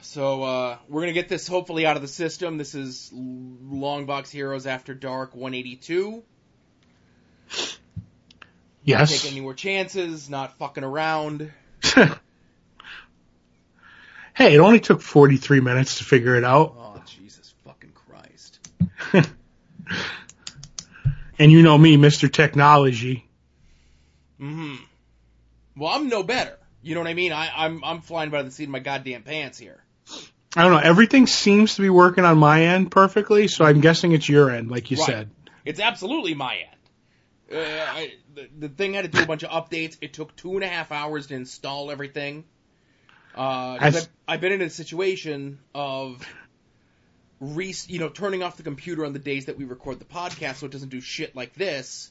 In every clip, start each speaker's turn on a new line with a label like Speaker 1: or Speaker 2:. Speaker 1: so uh, we're gonna get this hopefully out of the system. This is Longbox Heroes After Dark 182. Not
Speaker 2: Yes.
Speaker 1: taking any more chances. Not fucking around.
Speaker 2: hey, it only took 43 minutes to figure it out.
Speaker 1: Oh Jesus fucking Christ!
Speaker 2: And you know me, Mr. Technology.
Speaker 1: Hmm. Well, I'm no better. You know what I mean? I, I'm I'm flying by the seat of my goddamn pants here.
Speaker 2: I don't know. Everything seems to be working on my end perfectly, so I'm guessing it's your end, like you
Speaker 1: Right.
Speaker 2: said.
Speaker 1: It's absolutely my end. Uh, I, the, the thing had to do a bunch of updates. It took two and a half hours to install everything. Uh, 'cause
Speaker 2: I s-
Speaker 1: I've, I've been in a situation of, re- you know, turning off the computer on the days that we record the podcast so it doesn't do shit like this.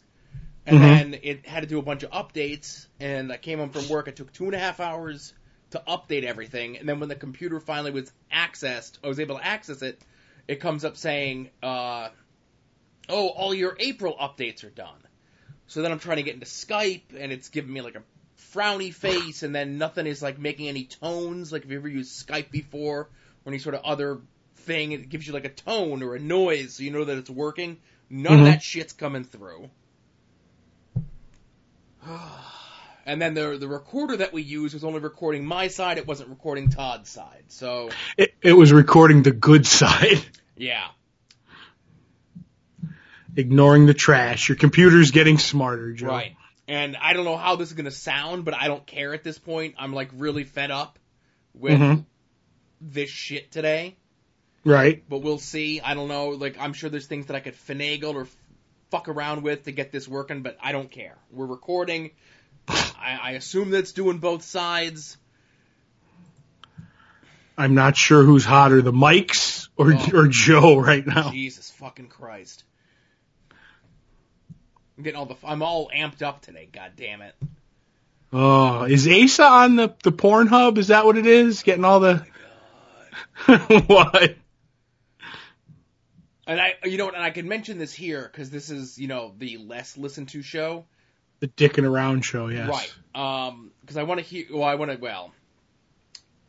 Speaker 1: And
Speaker 2: Mhm.
Speaker 1: then it had to do a bunch of updates. And I came home from work. It took two and a half hours to update everything. And then when the computer finally was accessed, I was able to access it. It comes up saying, uh, oh, all your April updates are done. So then I'm trying to get into Skype, and it's giving me like a frowny face, and then nothing is like making any tones. Like if you ever used Skype before or any sort of other thing, it gives you like a tone or a noise, so you know that it's working. None
Speaker 2: Mhm.
Speaker 1: of that shit's coming through. And then the the recorder that we used was only recording my side; it wasn't recording Todd's side. So
Speaker 2: It, it was recording the good side,
Speaker 1: yeah,
Speaker 2: ignoring the trash. Your computer's getting smarter, Joe.
Speaker 1: Right. And I don't know how this is going to sound, but I don't care at this point. I'm like really fed up with
Speaker 2: Mhm.
Speaker 1: this shit today.
Speaker 2: Right.
Speaker 1: But we'll see. I don't know. Like I'm sure there's things that I could finagle or fuck around with to get this working, but I don't care. We're recording. I, I assume that's doing both sides.
Speaker 2: I'm not sure who's hotter, the mics or
Speaker 1: Oh.
Speaker 2: or Joe right now.
Speaker 1: Jesus fucking Christ. I'm getting all the. I'm all amped up today. God damn it.
Speaker 2: Oh, is Asa on the the Pornhub? Is that what it is? Getting all the
Speaker 1: Oh
Speaker 2: what?
Speaker 1: And I, you know, what, and I can mention this here because this is, you know, the less listened to show.
Speaker 2: The dicking around show, yes.
Speaker 1: Right. Um, because I want to hear. Well, I want to. Well,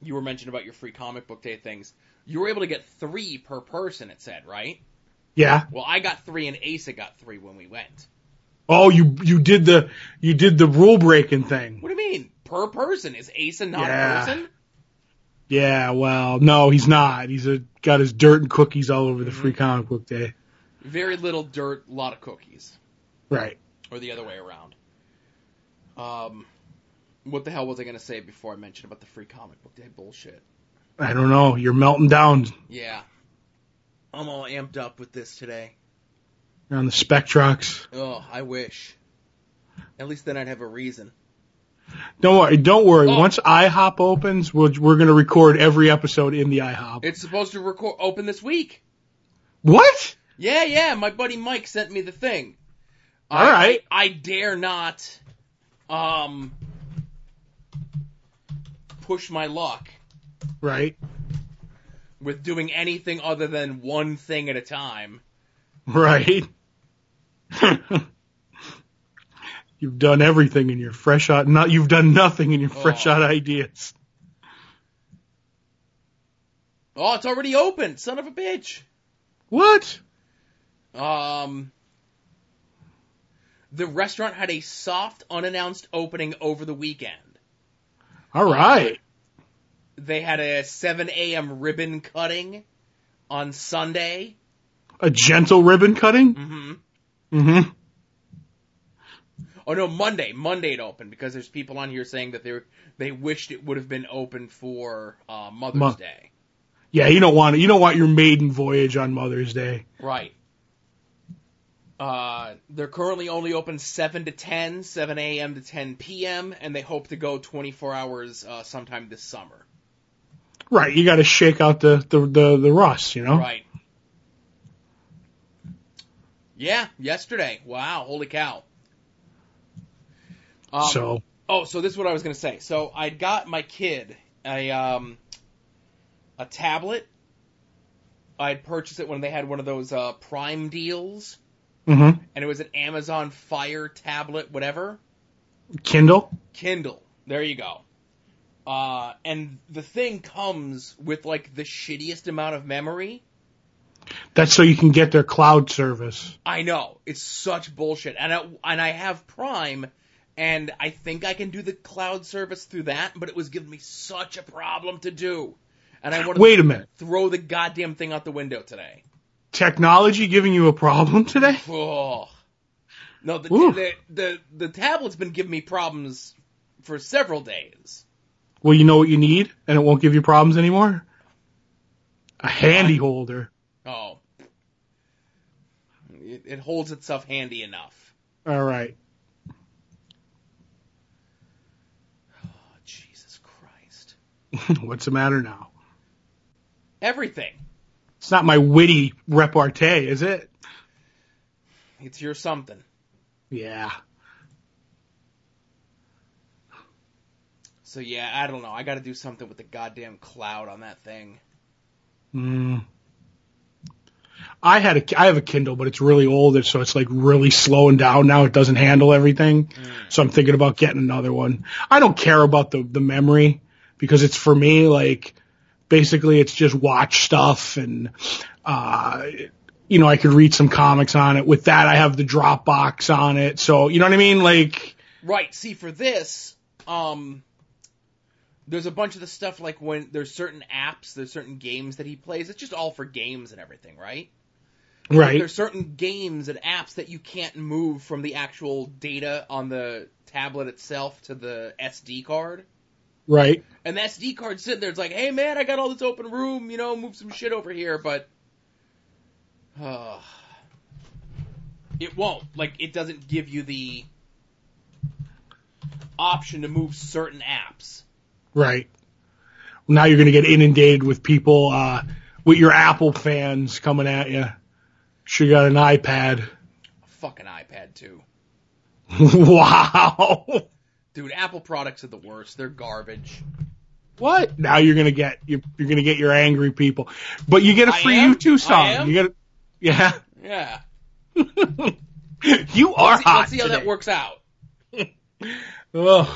Speaker 1: you were mentioned about your free comic book day things. You were able to get three per person. It said right.
Speaker 2: Yeah.
Speaker 1: Well, I got three and Asa got three when we went.
Speaker 2: Oh, you you did the you did the rule breaking thing.
Speaker 1: What do you mean per person? Is Asa not
Speaker 2: Yeah.
Speaker 1: a person?
Speaker 2: Yeah, well, no, he's not. He's a, got his dirt and cookies all over the
Speaker 1: Mm-hmm.
Speaker 2: free comic book day.
Speaker 1: Very little dirt, lot of cookies,
Speaker 2: Right.
Speaker 1: or the other way around. Um, what the hell was I gonna say before I mentioned about the free comic book day bullshit?
Speaker 2: I don't know. You're melting down
Speaker 1: Yeah. I'm all amped up with this today.
Speaker 2: You're on the Spectrox.
Speaker 1: Oh, I wish. At least then I'd have a reason.
Speaker 2: Don't worry. Don't worry.
Speaker 1: Oh.
Speaker 2: Once IHOP opens, we'll, we're going to record every episode in the IHOP.
Speaker 1: It's supposed to record open this week.
Speaker 2: what?
Speaker 1: Yeah, yeah. My buddy Mike sent me the thing.
Speaker 2: All
Speaker 1: I,
Speaker 2: right.
Speaker 1: I, I dare not, um, push my luck
Speaker 2: Right.
Speaker 1: with doing anything other than one thing at a time.
Speaker 2: Right. you've done everything in your fresh out. Not you've done nothing in your fresh
Speaker 1: Oh.
Speaker 2: out ideas.
Speaker 1: Oh, it's already open. Son of a bitch.
Speaker 2: What?
Speaker 1: Um, the restaurant had a soft, unannounced opening over the weekend.
Speaker 2: All right.
Speaker 1: They had a 7 a.m. ribbon cutting on Sunday.
Speaker 2: A gentle ribbon cutting.
Speaker 1: Mm-hmm.
Speaker 2: Mm-hmm.
Speaker 1: Oh no, Monday. Monday it opened because there's people on here saying that they were, they wished it would have been open for uh, Mother's
Speaker 2: Mo-
Speaker 1: Day.
Speaker 2: Yeah, you don't want you don't want your maiden voyage on Mother's Day.
Speaker 1: Right. Uh, they're currently only open 7 to 10, 7 a.m. to 10 p.m., and they hope to go 24 hours uh, sometime this summer.
Speaker 2: Right. You got to shake out the the the, the rust. You know.
Speaker 1: Right. Yeah, yesterday. Wow, holy cow. Um,
Speaker 2: so
Speaker 1: Oh, so this is what I was gonna say. So I got my kid a um a tablet. I'd purchased it when they had one of those uh, Prime deals,
Speaker 2: mhm.
Speaker 1: and it was an Amazon Fire tablet, whatever
Speaker 2: Kindle.
Speaker 1: Kindle. There you go. Uh, and the thing comes with like the shittiest amount of memory.
Speaker 2: That's so you can get their cloud service.
Speaker 1: I know it's such bullshit, and I, and I have Prime, and I think I can do the cloud service through that, but it was giving me such a problem to do, and I wanted
Speaker 2: Wait
Speaker 1: to
Speaker 2: a minute.
Speaker 1: throw the goddamn thing out the window today.
Speaker 2: Technology giving you a problem today?
Speaker 1: Ugh. No, the,
Speaker 2: Ooh.
Speaker 1: the the the tablet's been giving me problems for several days.
Speaker 2: Well, you know what you need, and it won't give you problems anymore? A handy holder.
Speaker 1: Oh, it, it holds itself handy enough.
Speaker 2: All right.
Speaker 1: Oh, Jesus Christ!
Speaker 2: What's the matter now?
Speaker 1: Everything.
Speaker 2: It's not my witty repartee, is it?
Speaker 1: It's your something.
Speaker 2: Yeah.
Speaker 1: So yeah, I don't know. I got to do something with the goddamn cloud on that thing.
Speaker 2: Mm. I had a I have a Kindle, but it's really old, so it's like really slowing down now. It doesn't handle everything, so I'm thinking about getting another one. I don't care about the the memory because it's for me like basically it's just watch stuff and uh you know I could read some comics on it. With that, I have the Dropbox on it, so you know what I mean. Like
Speaker 1: Right. See, for this, um, there's a bunch of the stuff like when there's certain apps, there's certain games that he plays. It's just all for games and everything, right? Like,
Speaker 2: right,
Speaker 1: there's certain games and apps that you can't move from the actual data on the tablet itself to the SD card.
Speaker 2: right,
Speaker 1: And the SD card sitting there, it's like, hey man, I got all this open room, you know, move some shit over here, but uh, it won't. Like, it doesn't give you the option to move certain apps.
Speaker 2: right. Now you're going to get inundated with people, uh, with your Apple fans coming at you. She got an iPad.
Speaker 1: Fucking iPad too,
Speaker 2: wow.
Speaker 1: dude. Apple products are the worst. They're garbage.
Speaker 2: What? Now you're going to get, you're, you're going to get your angry people, but you get a
Speaker 1: I
Speaker 2: free
Speaker 1: am?
Speaker 2: YouTube
Speaker 1: I am?
Speaker 2: song. You get, a, yeah,
Speaker 1: Yeah.
Speaker 2: you are
Speaker 1: Let's see,
Speaker 2: hot.
Speaker 1: let's see how that
Speaker 2: today.
Speaker 1: works out.
Speaker 2: Ugh.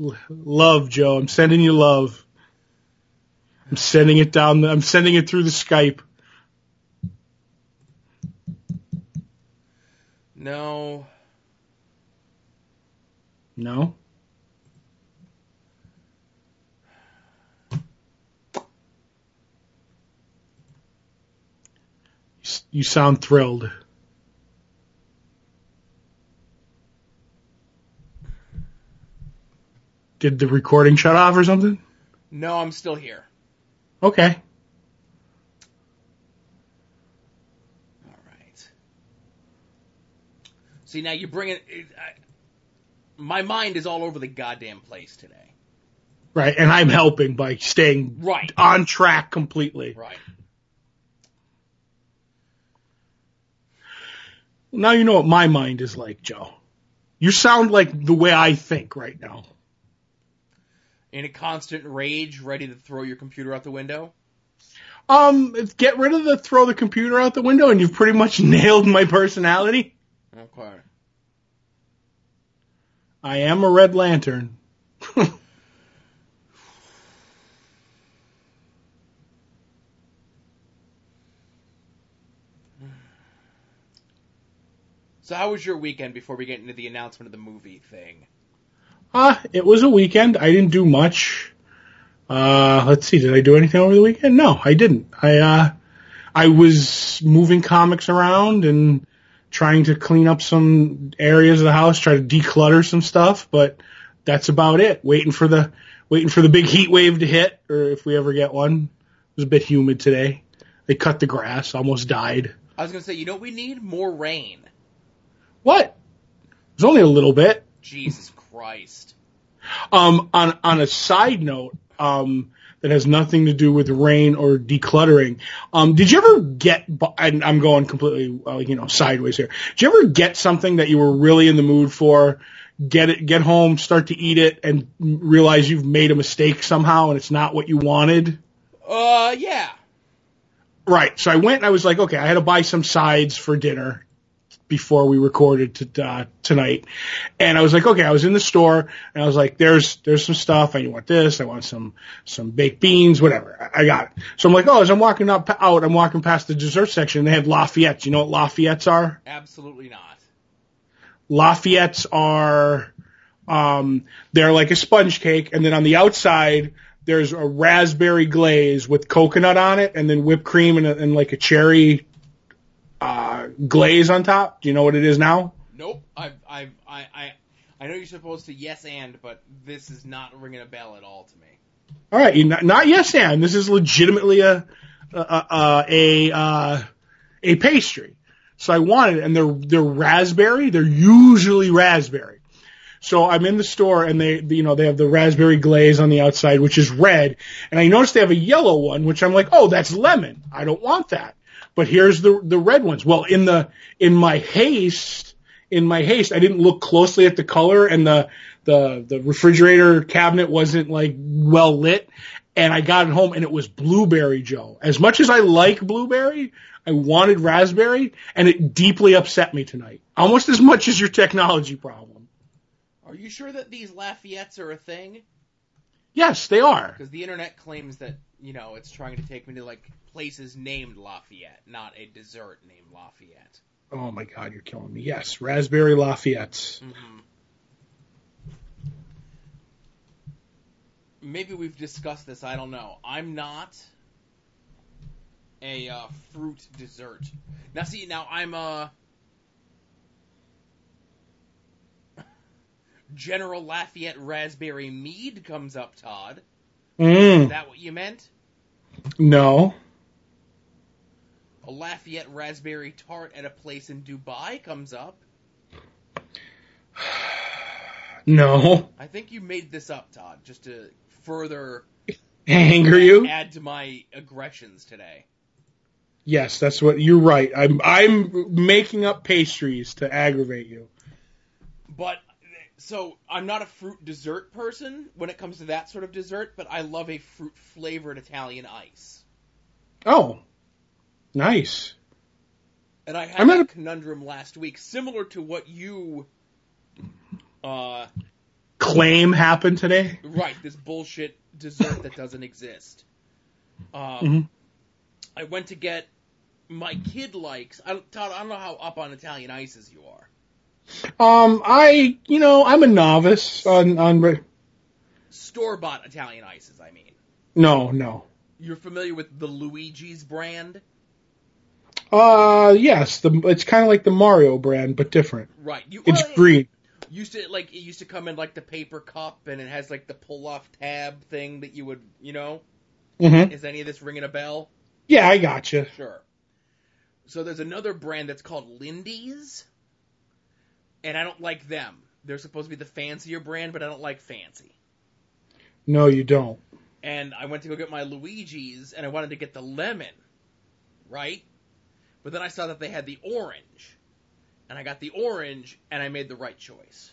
Speaker 2: L- Love, Joe. I'm sending you love. I'm sending it down. The, I'm sending it through the Skype.
Speaker 1: No.
Speaker 2: No. S- You sound thrilled. Did the recording shut off or something?
Speaker 1: No, I'm still here.
Speaker 2: Okay.
Speaker 1: All right. See now you bring it. it I, my mind is all over the goddamn place today.
Speaker 2: Right, and I'm helping by staying
Speaker 1: Right.
Speaker 2: on track completely.
Speaker 1: Right.
Speaker 2: Now you know what my mind is like, Joe. You sound like the way I think right now.
Speaker 1: In a constant rage, ready to throw your computer out the window.
Speaker 2: Um, get rid of the throw the computer out the window and you've pretty much nailed my personality.
Speaker 1: Okay.
Speaker 2: I am a red lantern.
Speaker 1: So how was your weekend before we get into the announcement of the movie thing?
Speaker 2: Ah, it was a weekend. I didn't do much. Uh, let's see, did I do anything over the weekend? No, I didn't. I, uh, I was moving comics around and trying to clean up some areas of the house, try to declutter some stuff, but that's about it. Waiting for the, waiting for the big heat wave to hit, or if we ever get one. It was a bit humid today. They cut the grass, almost died.
Speaker 1: I was gonna say, you know, what we need more rain.
Speaker 2: What? It was only a little bit.
Speaker 1: Jesus Christ.
Speaker 2: Um, on on a side note, um, that has nothing to do with rain or decluttering. Um, did you ever get? bu- And I'm going completely, uh, you know, sideways here. Did you ever get something that you were really in the mood for? Get it, get home, start to eat it, and realize you've made a mistake somehow, and it's not what you wanted.
Speaker 1: Uh, yeah.
Speaker 2: Right. So I went and I was like, okay, I had to buy some sides for dinner. before we recorded to, uh, tonight. And I was like, okay, I was in the store and I was like, there's, there's some stuff. I want this. I want some, some baked beans, whatever. I, I got it. So I'm like, oh, as I'm walking up out, I'm walking past the dessert section. They had Lafayette's. You know what Lafayette's are?
Speaker 1: Absolutely not.
Speaker 2: Lafayette's are, um, they're like a sponge cake. And then on the outside, there's a raspberry glaze with coconut on it and then whipped cream and, a- and like a cherry uh, glaze on top. Do you know what it is now?
Speaker 1: Nope. I I I I I know you're supposed to yes and, but this is not ringing a bell at all to me.
Speaker 2: All right, you not, not yes, and this is legitimately a a a, a, uh, a pastry. So I wanted, it, and they're they're raspberry. They're usually raspberry. So I'm in the store, and they you know they have the raspberry glaze on the outside, which is red, and I noticed they have a yellow one, which I'm like, oh, that's lemon. I don't want that. But here's the the red ones. Well, in the in my haste, in my haste, I didn't look closely at the color, and the the the refrigerator cabinet wasn't like well lit and I got it home and it was blueberry Joe. As much as I like blueberry, I wanted raspberry and it deeply upset me tonight. Almost as much as your technology problem.
Speaker 1: Are you sure that these Lafayette's are a thing?
Speaker 2: Yes, they are.
Speaker 1: Because the internet claims that you know it's trying to take me to like places named Lafayette, not a dessert named Lafayette.
Speaker 2: Oh my god, you're killing me. Yes, raspberry Lafayette's.
Speaker 1: Mm-hmm. Maybe we've discussed this. I don't know. I'm not a uh, fruit dessert. Now, see, now I'm uh, a General Lafayette raspberry mead comes up, Todd. Is
Speaker 2: Mm,
Speaker 1: that what you meant?
Speaker 2: no.
Speaker 1: A Lafayette raspberry tart at a place in Dubai comes up.
Speaker 2: No.
Speaker 1: I think you made this up, Todd, just to further
Speaker 2: Anger you?
Speaker 1: add to my aggressions today.
Speaker 2: Yes, that's what you're right. I'm I'm making up pastries to aggravate you.
Speaker 1: But so I'm not a fruit dessert person when it comes to that sort of dessert, but I love a fruit flavored Italian ice.
Speaker 2: Oh. Nice.
Speaker 1: And I had
Speaker 2: I'm not
Speaker 1: a
Speaker 2: a-
Speaker 1: conundrum last week, similar to what you, uh,
Speaker 2: claim happened today?
Speaker 1: right? This bullshit dessert that doesn't exist. Um,
Speaker 2: Mhm.
Speaker 1: I went to get my kid likes. I don't, Todd, I don't know how up on Italian ices you are.
Speaker 2: Um, I, you know, I'm a novice on on. re-
Speaker 1: Store bought Italian ices. I mean,
Speaker 2: No, no.
Speaker 1: you're familiar with the Luigi's brand.
Speaker 2: Uh, yes, the it's kind of like the Mario brand, but different.
Speaker 1: Right. You,
Speaker 2: It's
Speaker 1: well, it-
Speaker 2: green.
Speaker 1: used to like it used to come in like the paper cup and it has like the pull off tab thing that you would you know
Speaker 2: hmm
Speaker 1: is any of this ringing a bell
Speaker 2: Yeah, I gotcha.
Speaker 1: sure so there's another brand that's called lindy's and i don't like them they're supposed to be the fancier brand but i don't like fancy
Speaker 2: No, you don't.
Speaker 1: and i went to go get my luigi's and i wanted to get the lemon right but then i saw that they had the orange and i got the orange and i made the right choice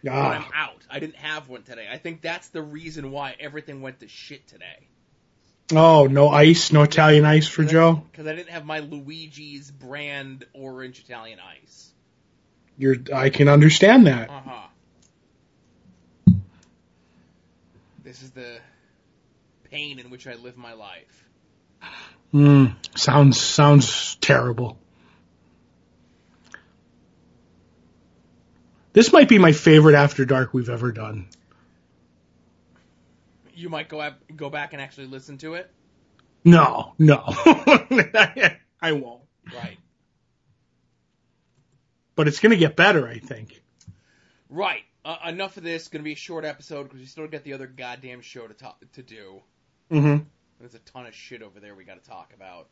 Speaker 1: when I'm
Speaker 2: Ah,
Speaker 1: out. I didn't have one today. I think that's the reason why everything went to shit today.
Speaker 2: oh, no ice, no Italian ice for Joe.
Speaker 1: Because I didn't have my Luigi's brand orange Italian ice.
Speaker 2: You're, I can understand that.
Speaker 1: Uh huh. This is the pain in which I live my life.
Speaker 2: Mm, sounds sounds terrible. This might be my favorite after dark we've ever done.
Speaker 1: You might go ab- go back and actually listen to it.
Speaker 2: No, no, I won't.
Speaker 1: Right.
Speaker 2: But it's going to get better, I think.
Speaker 1: Right. Uh, enough of this. Going to be a short episode because we still got the other goddamn show to talk to do.
Speaker 2: Mm-hmm.
Speaker 1: There's a ton of shit over there we got to talk about.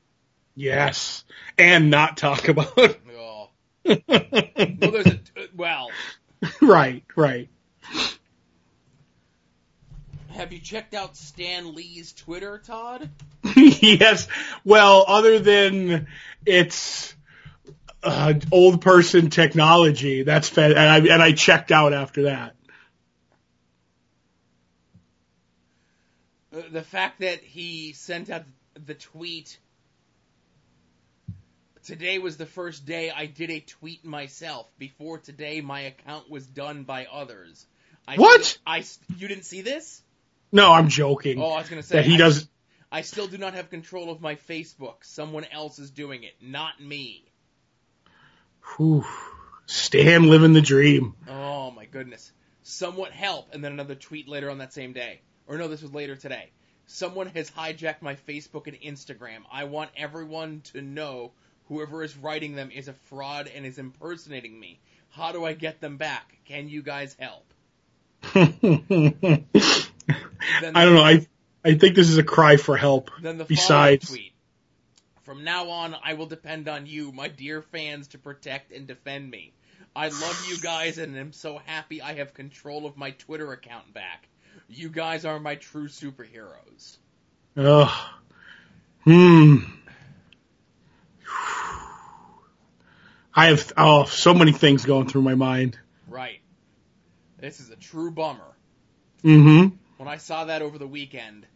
Speaker 2: Yes, and not talk about.
Speaker 1: Oh. Well, there's a uh, well.
Speaker 2: right, right.
Speaker 1: Have you checked out Stan Lee's Twitter, Todd?
Speaker 2: yes. Well, other than it's uh, old person technology, that's fa- and I and I checked out after that.
Speaker 1: Uh, The fact that he sent out the tweet Today was the first day I did a tweet myself. Before today, my account was done by others. I
Speaker 2: What?
Speaker 1: I you didn't see this?
Speaker 2: No, I'm joking.
Speaker 1: Oh, I was gonna say
Speaker 2: that he
Speaker 1: I-
Speaker 2: doesn't.
Speaker 1: I still do not have control of my Facebook. Someone else is doing it, not me.
Speaker 2: Whew. Stan living the dream.
Speaker 1: Oh my goodness. Somewhat help, and then another tweet later on that same day. Or no, this was later today. Someone has hijacked my Facebook and Instagram. I want everyone to know whoever is writing them is a fraud and is impersonating me. How do I get them back? Can you guys help?
Speaker 2: I don't know. I I think this is a cry for help.
Speaker 1: Then the
Speaker 2: Besides-
Speaker 1: following tweet. From now on, I will depend on you, my dear fans, to protect and defend me. I love you guys and am so happy I have control of my Twitter account back. You guys are my true superheroes.
Speaker 2: Ugh. Hmm. I have oh so many things going through my mind.
Speaker 1: Right. This is a true bummer.
Speaker 2: Mm-hmm.
Speaker 1: When I saw that over the weekend,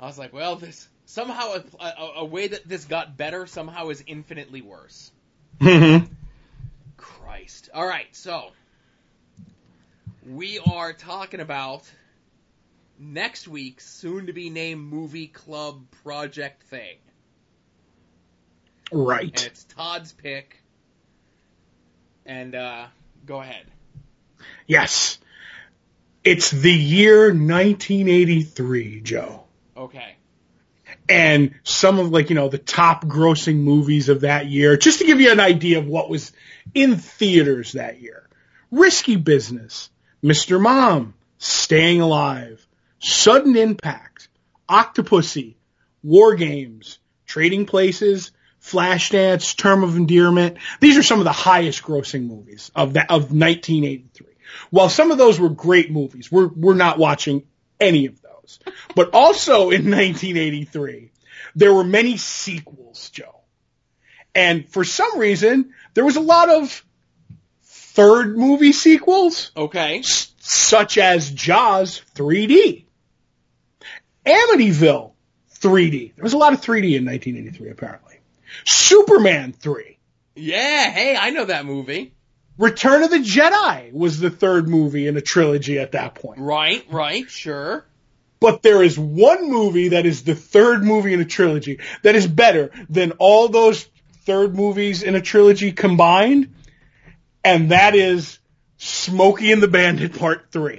Speaker 1: I was like, well, this somehow a, a, a way that this got better somehow is infinitely worse.
Speaker 2: Mm-hmm.
Speaker 1: Christ. All right, so we are talking about next week's soon to be named movie club project thing. And
Speaker 2: Right.
Speaker 1: it's Todd's pick. And uh go ahead.
Speaker 2: Yes. It's the year 1983, Joe.
Speaker 1: Okay.
Speaker 2: and some of like you know the top grossing movies of that year just to give you an idea of what was in theaters that year risky business mr mom staying alive sudden impact octopussy war games trading places flashdance term of endearment these are some of the highest grossing movies of that of 1983 while some of those were great movies we're we're not watching any of those but also in 1983 there were many sequels joe and for some reason there was a lot of third movie sequels
Speaker 1: Okay.
Speaker 2: s- such as Jaws 3D, Amityville 3D. There was a lot of 3D in 1983, apparently. Superman 3.
Speaker 1: Yeah, hey, I know that movie.
Speaker 2: Return of the Jedi was the third movie in a trilogy at that point.
Speaker 1: Right, right, sure.
Speaker 2: But there is one movie that is the third movie in a trilogy that is better than all those third movies in a trilogy combined, and that is Smokey and the Bandit Part 3.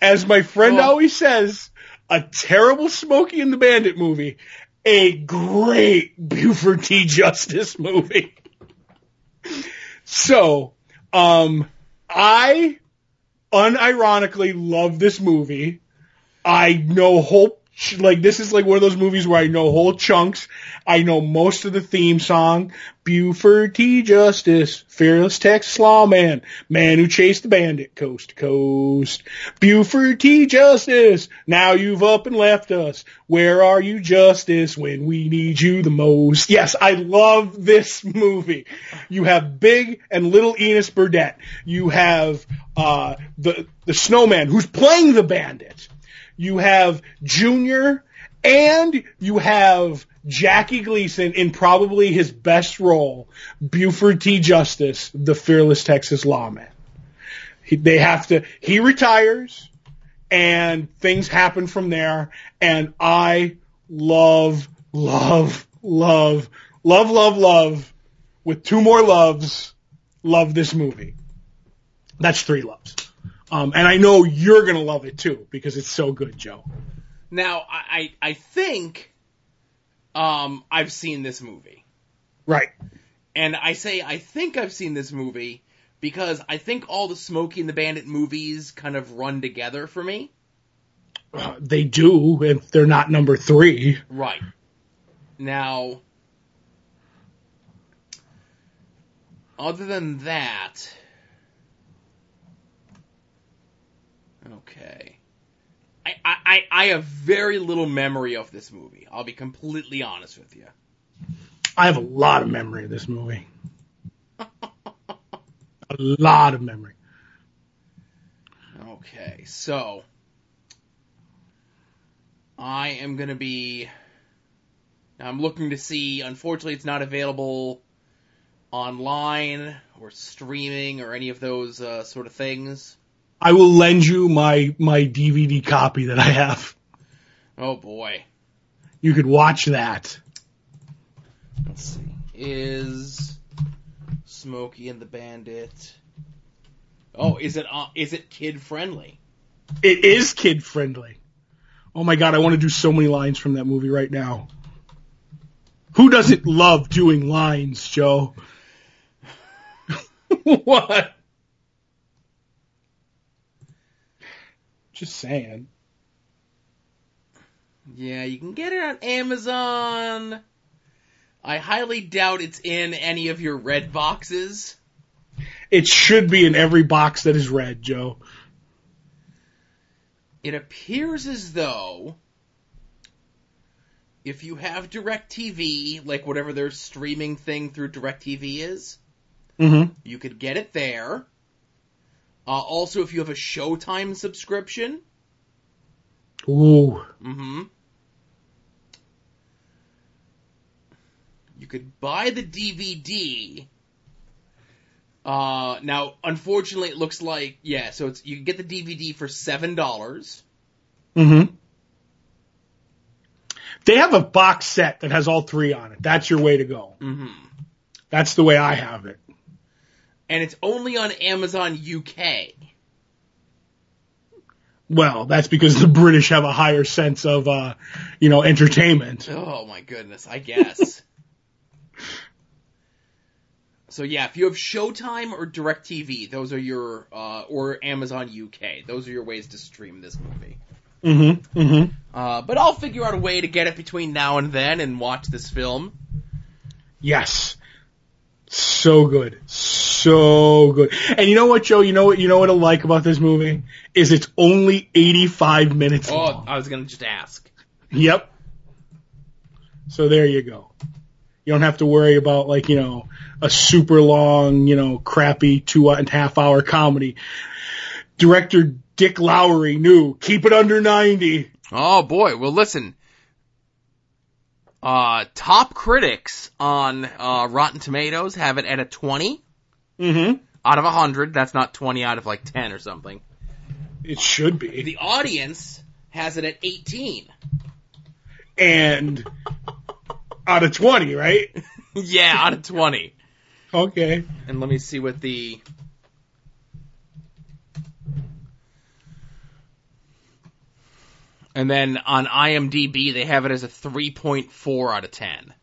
Speaker 2: As my friend
Speaker 1: Well-
Speaker 2: always says, a terrible Smokey and the Bandit movie, a great Buford T. Justice movie. So, um, I unironically love this movie. I know whole ch- like this is like one of those movies where I know whole chunks. I know most of the theme song. Buford T. Justice, fearless Texas lawman, man who chased the bandit coast to coast. Buford T. Justice, now you've up and left us. Where are you, Justice, when we need you the most? Yes, I love this movie. You have Big and Little Enos Burdett. You have uh, the the snowman who's playing the bandit you have Junior, and you have Jackie Gleason in probably his best role, Buford T. Justice, the fearless Texas lawman. He, they have to. He retires, and things happen from there. And I love, love, love, love, love, love, with two more loves, love this movie. That's three loves. Um, and I know you're gonna love it too because it's so good, Joe.
Speaker 1: Now, I I, I think um I've seen this movie.
Speaker 2: Right.
Speaker 1: And I say I think I've seen this movie because I think all the Smokey and the Bandit movies kind of run together for me.
Speaker 2: Uh, they do if they're not number three.
Speaker 1: Right. Now, other than that, okay. I, I, I- I have very little memory of this movie. I'll be completely honest with you.
Speaker 2: I have a lot of memory of this movie. a lot of memory.
Speaker 1: Okay, so I am gonna be I'm looking to see. Unfortunately, it's not available online or streaming or any of those uh, sort of things.
Speaker 2: I will lend you my my DVD copy that I have.
Speaker 1: Oh boy.
Speaker 2: You could watch that.
Speaker 1: Let's see. Is Smokey and the Bandit? Oh, is it uh, is it kid friendly?
Speaker 2: It is kid friendly. Oh my god, I want to do so many lines from that movie right now. Who doesn't love doing lines, Joe? what? Just saying.
Speaker 1: Yeah, you can get it on Amazon. I highly doubt it's in any of your red boxes.
Speaker 2: It should be in every box that is red, Joe.
Speaker 1: It appears as though if you have DirecTV, like whatever their streaming thing through DirecTV is,
Speaker 2: Mm-hmm.
Speaker 1: you could get it there. Uh, also, if you have a Showtime subscription,
Speaker 2: Ooh.
Speaker 1: hmm You could buy the DVD. Uh, now, unfortunately, it looks like yeah. So it's you can get the DVD for seven dollars.
Speaker 2: Mm-hmm. They have a box set that has all three on it. That's your way to go.
Speaker 1: Mm-hmm.
Speaker 2: That's the way I have it.
Speaker 1: and it's only on Amazon UK.
Speaker 2: Well, that's because the British have a higher sense of, uh, you know, entertainment.
Speaker 1: Oh my goodness, I guess. so yeah, if you have Showtime or DirecTV, those are your uh, or Amazon UK. Those are your ways to stream this movie.
Speaker 2: Mm-hmm. Mm-hmm.
Speaker 1: Uh, but I'll figure out a way to get it between now and then and watch this film.
Speaker 2: Yes. So good. So good. And you know what, Joe? You know what, you know what I like about this movie? Is it's only 85 minutes
Speaker 1: Oh,
Speaker 2: long.
Speaker 1: I was gonna just ask.
Speaker 2: Yep. So there you go. You don't have to worry about like, you know, a super long, you know, crappy two and a half hour comedy. Director Dick Lowry knew, keep it under 90.
Speaker 1: Oh boy, well listen. Uh, top critics on uh, Rotten Tomatoes have it at a twenty.
Speaker 2: Mm-hmm.
Speaker 1: out of 100. That's not 20 out of like 10 or something.
Speaker 2: It should be.
Speaker 1: The audience has it at 18.
Speaker 2: And out of 20, right?
Speaker 1: yeah, out of 20.
Speaker 2: Okay.
Speaker 1: And let me see what the. And then on IMDb, they have it as a 3.4 out of 10.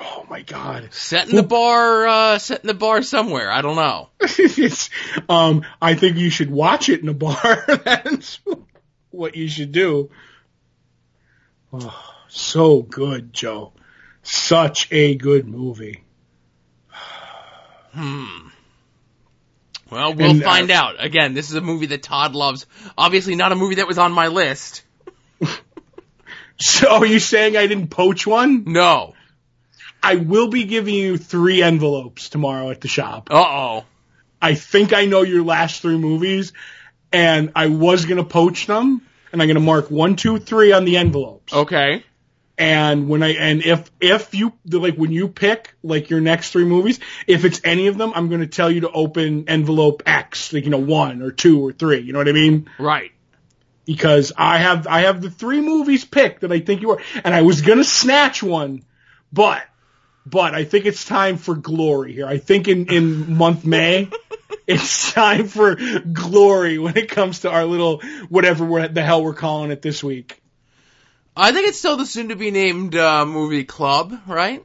Speaker 2: Oh my God.
Speaker 1: Setting the bar, uh, setting the bar somewhere. I don't know.
Speaker 2: it's, um, I think you should watch it in a bar. That's what you should do. Oh, so good, Joe. Such a good movie.
Speaker 1: Hmm. Well, we'll
Speaker 2: And, uh,
Speaker 1: find out. Again, this is a movie that Todd loves. Obviously, not a movie that was on my list.
Speaker 2: So are you saying I didn't poach one?
Speaker 1: No.
Speaker 2: I will be giving you three envelopes tomorrow at the shop.
Speaker 1: Uh oh.
Speaker 2: I think I know your last three movies and I was going to poach them and I'm going to mark one, two, three on the envelopes.
Speaker 1: Okay.
Speaker 2: and when I and if if you like when you pick like your next three movies, if it's any of them, I'm going to tell you to open envelope X, like you know one or two or three. You know what I mean?
Speaker 1: Right.
Speaker 2: Because I have I have the three movies picked that I think you are, and I was going to snatch one, but but I think it's time for glory here. I think in in month May. It's time for glory when it comes to our little whatever we're, the hell we're calling it this week.
Speaker 1: I think it's still the soon to be named uh, movie club, right?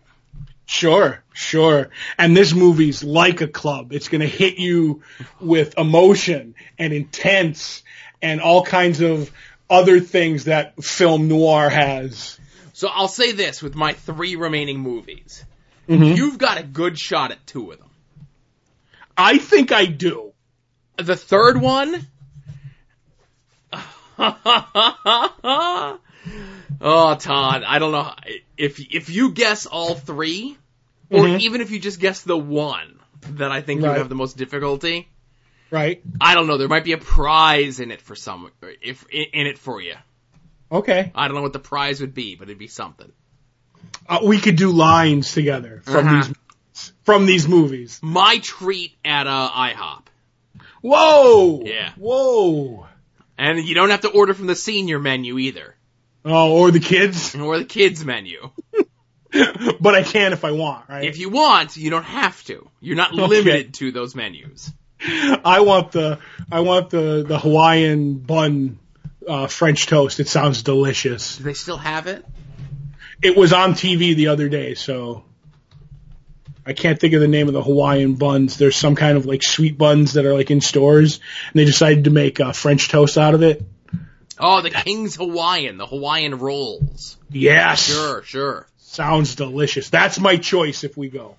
Speaker 2: Sure, sure. And this movie's like a club. It's going to hit you with emotion and intense and all kinds of other things that film noir has.
Speaker 1: So I'll say this with my three remaining movies.
Speaker 2: Mhm.
Speaker 1: You've got a good shot at two of them.
Speaker 2: I think I do.
Speaker 1: The third one. oh, Todd, I don't know. how- If, if you guess all three, or
Speaker 2: Mhm.
Speaker 1: even if you just guess the one that I think you
Speaker 2: Right.
Speaker 1: have the most difficulty,
Speaker 2: Right?
Speaker 1: I don't know. There might be a prize in it for some, if in it for you.
Speaker 2: Okay.
Speaker 1: I don't know what the prize would be, but it'd be something.
Speaker 2: uh, we could do lines together from
Speaker 1: Uh-huh.
Speaker 2: these from these movies.
Speaker 1: My treat at uh, IHOP.
Speaker 2: Whoa!
Speaker 1: Yeah.
Speaker 2: Whoa!
Speaker 1: And you don't have to order from the senior menu either,
Speaker 2: Oh, or the kids,
Speaker 1: or the kids menu.
Speaker 2: but I can if I want, right?
Speaker 1: If you want, you don't have to. You're not
Speaker 2: Okay.
Speaker 1: limited to those menus.
Speaker 2: I want the I want the the Hawaiian bun uh, French toast. It sounds delicious.
Speaker 1: Do they still have it?
Speaker 2: It was on TV the other day, so I can't think of the name of the Hawaiian buns. There's some kind of like sweet buns that are like in stores, and they decided to make uh, French toast out of it.
Speaker 1: Oh, the King's Hawaiian, the Hawaiian rolls.
Speaker 2: Yes,
Speaker 1: Sure, sure.
Speaker 2: sounds delicious. That's my choice if we go,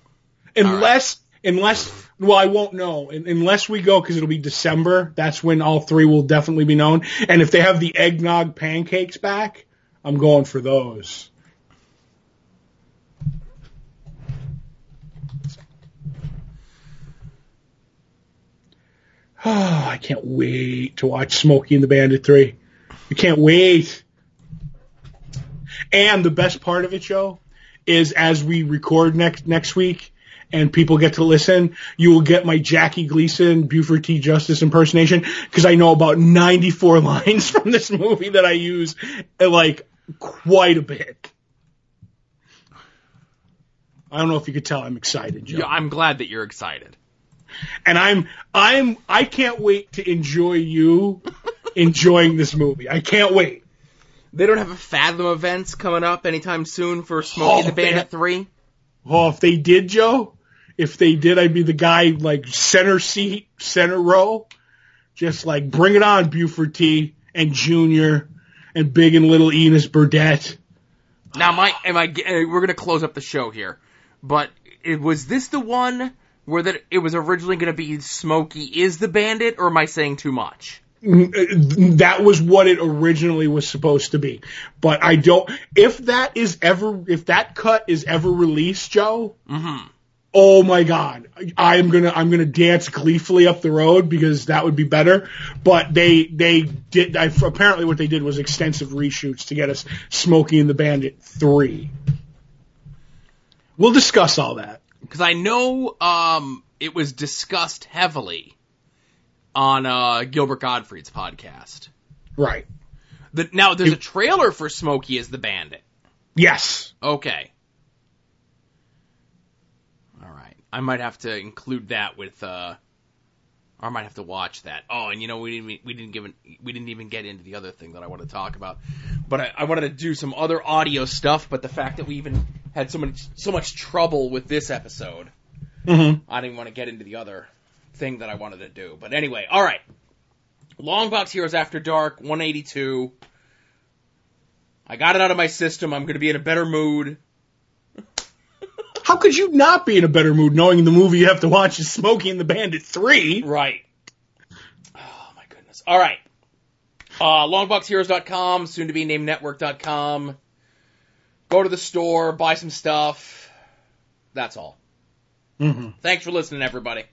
Speaker 1: right.
Speaker 2: unless. Unless, well, I won't know. Un- Unless we go, because it'll be December. That's when all three will definitely be known. And if they have the eggnog pancakes back, I'm going for those. Oh, I can't wait to watch Smokey and the Bandit 3. I can't wait. And the best part of it, Joe, is as we record next next week and people get to listen, you will get my Jackie Gleason, Buford T. Justice impersonation because I know about 94 lines from this movie that I use uh, like quite a bit. I don't know if you could tell I'm excited, Joe
Speaker 1: Yeah, I'm glad that you're excited.
Speaker 2: and I'm I'm I can't wait to enjoy you enjoying this movie. I can't wait.
Speaker 1: They don't have a Fathom events coming up anytime soon for Smokey
Speaker 2: Oh,
Speaker 1: and the Bandit
Speaker 2: man.
Speaker 1: 3.
Speaker 2: Oh, if they did, Joe, if they did, I'd be the guy like center seat, center row, just like bring it on, Buford T and Junior and Big and Little Enos Burdett.
Speaker 1: Now, my, am I, ge- uh, we're gonna close up the show here, but it, was this the one where that it was originally gonna be Smokey is the Bandit, or am I saying too much?
Speaker 2: That was what it originally was supposed to be, but I don't. If that is ever, if that cut is ever released, Joe,
Speaker 1: Mm-hmm.
Speaker 2: oh my god I- i'm gonna i'm gonna dance gleefully up the road because that would be better but they they did I, apparently what they did was extensive reshoots to get us smokey and the bandit 3 we'll discuss all that
Speaker 1: Because I know, um, it was discussed heavily on, uh, Gilbert Gottfried's podcast.
Speaker 2: right
Speaker 1: The, now, there's a
Speaker 2: You-
Speaker 1: trailer for Smokey is the Bandit.
Speaker 2: yes
Speaker 1: Okay. All right. I might have to include that with uh or I might have to watch that. Oh, and you know we didn't we didn't give an, we didn't even get into the other thing that I want to talk about. But I, I wanted to do some other audio stuff, but the fact that we even had so much so much trouble with this episode,
Speaker 2: mm-hmm.
Speaker 1: I didn't want to get into the other thing that I wanted to do. But anyway, all right. Longbox Heroes After Dark 182. I got it out of my system. I'm going to be in a better mood.
Speaker 2: how could you not be in a better mood knowing the movie you have to watch is smokey and the bandit 3
Speaker 1: Right. Oh my goodness. All right. Uh, longboxheroes.com, soon to be named network.com. Go to the store, buy some stuff. That's all.
Speaker 2: mm-hmm.
Speaker 1: Thanks for listening, everybody.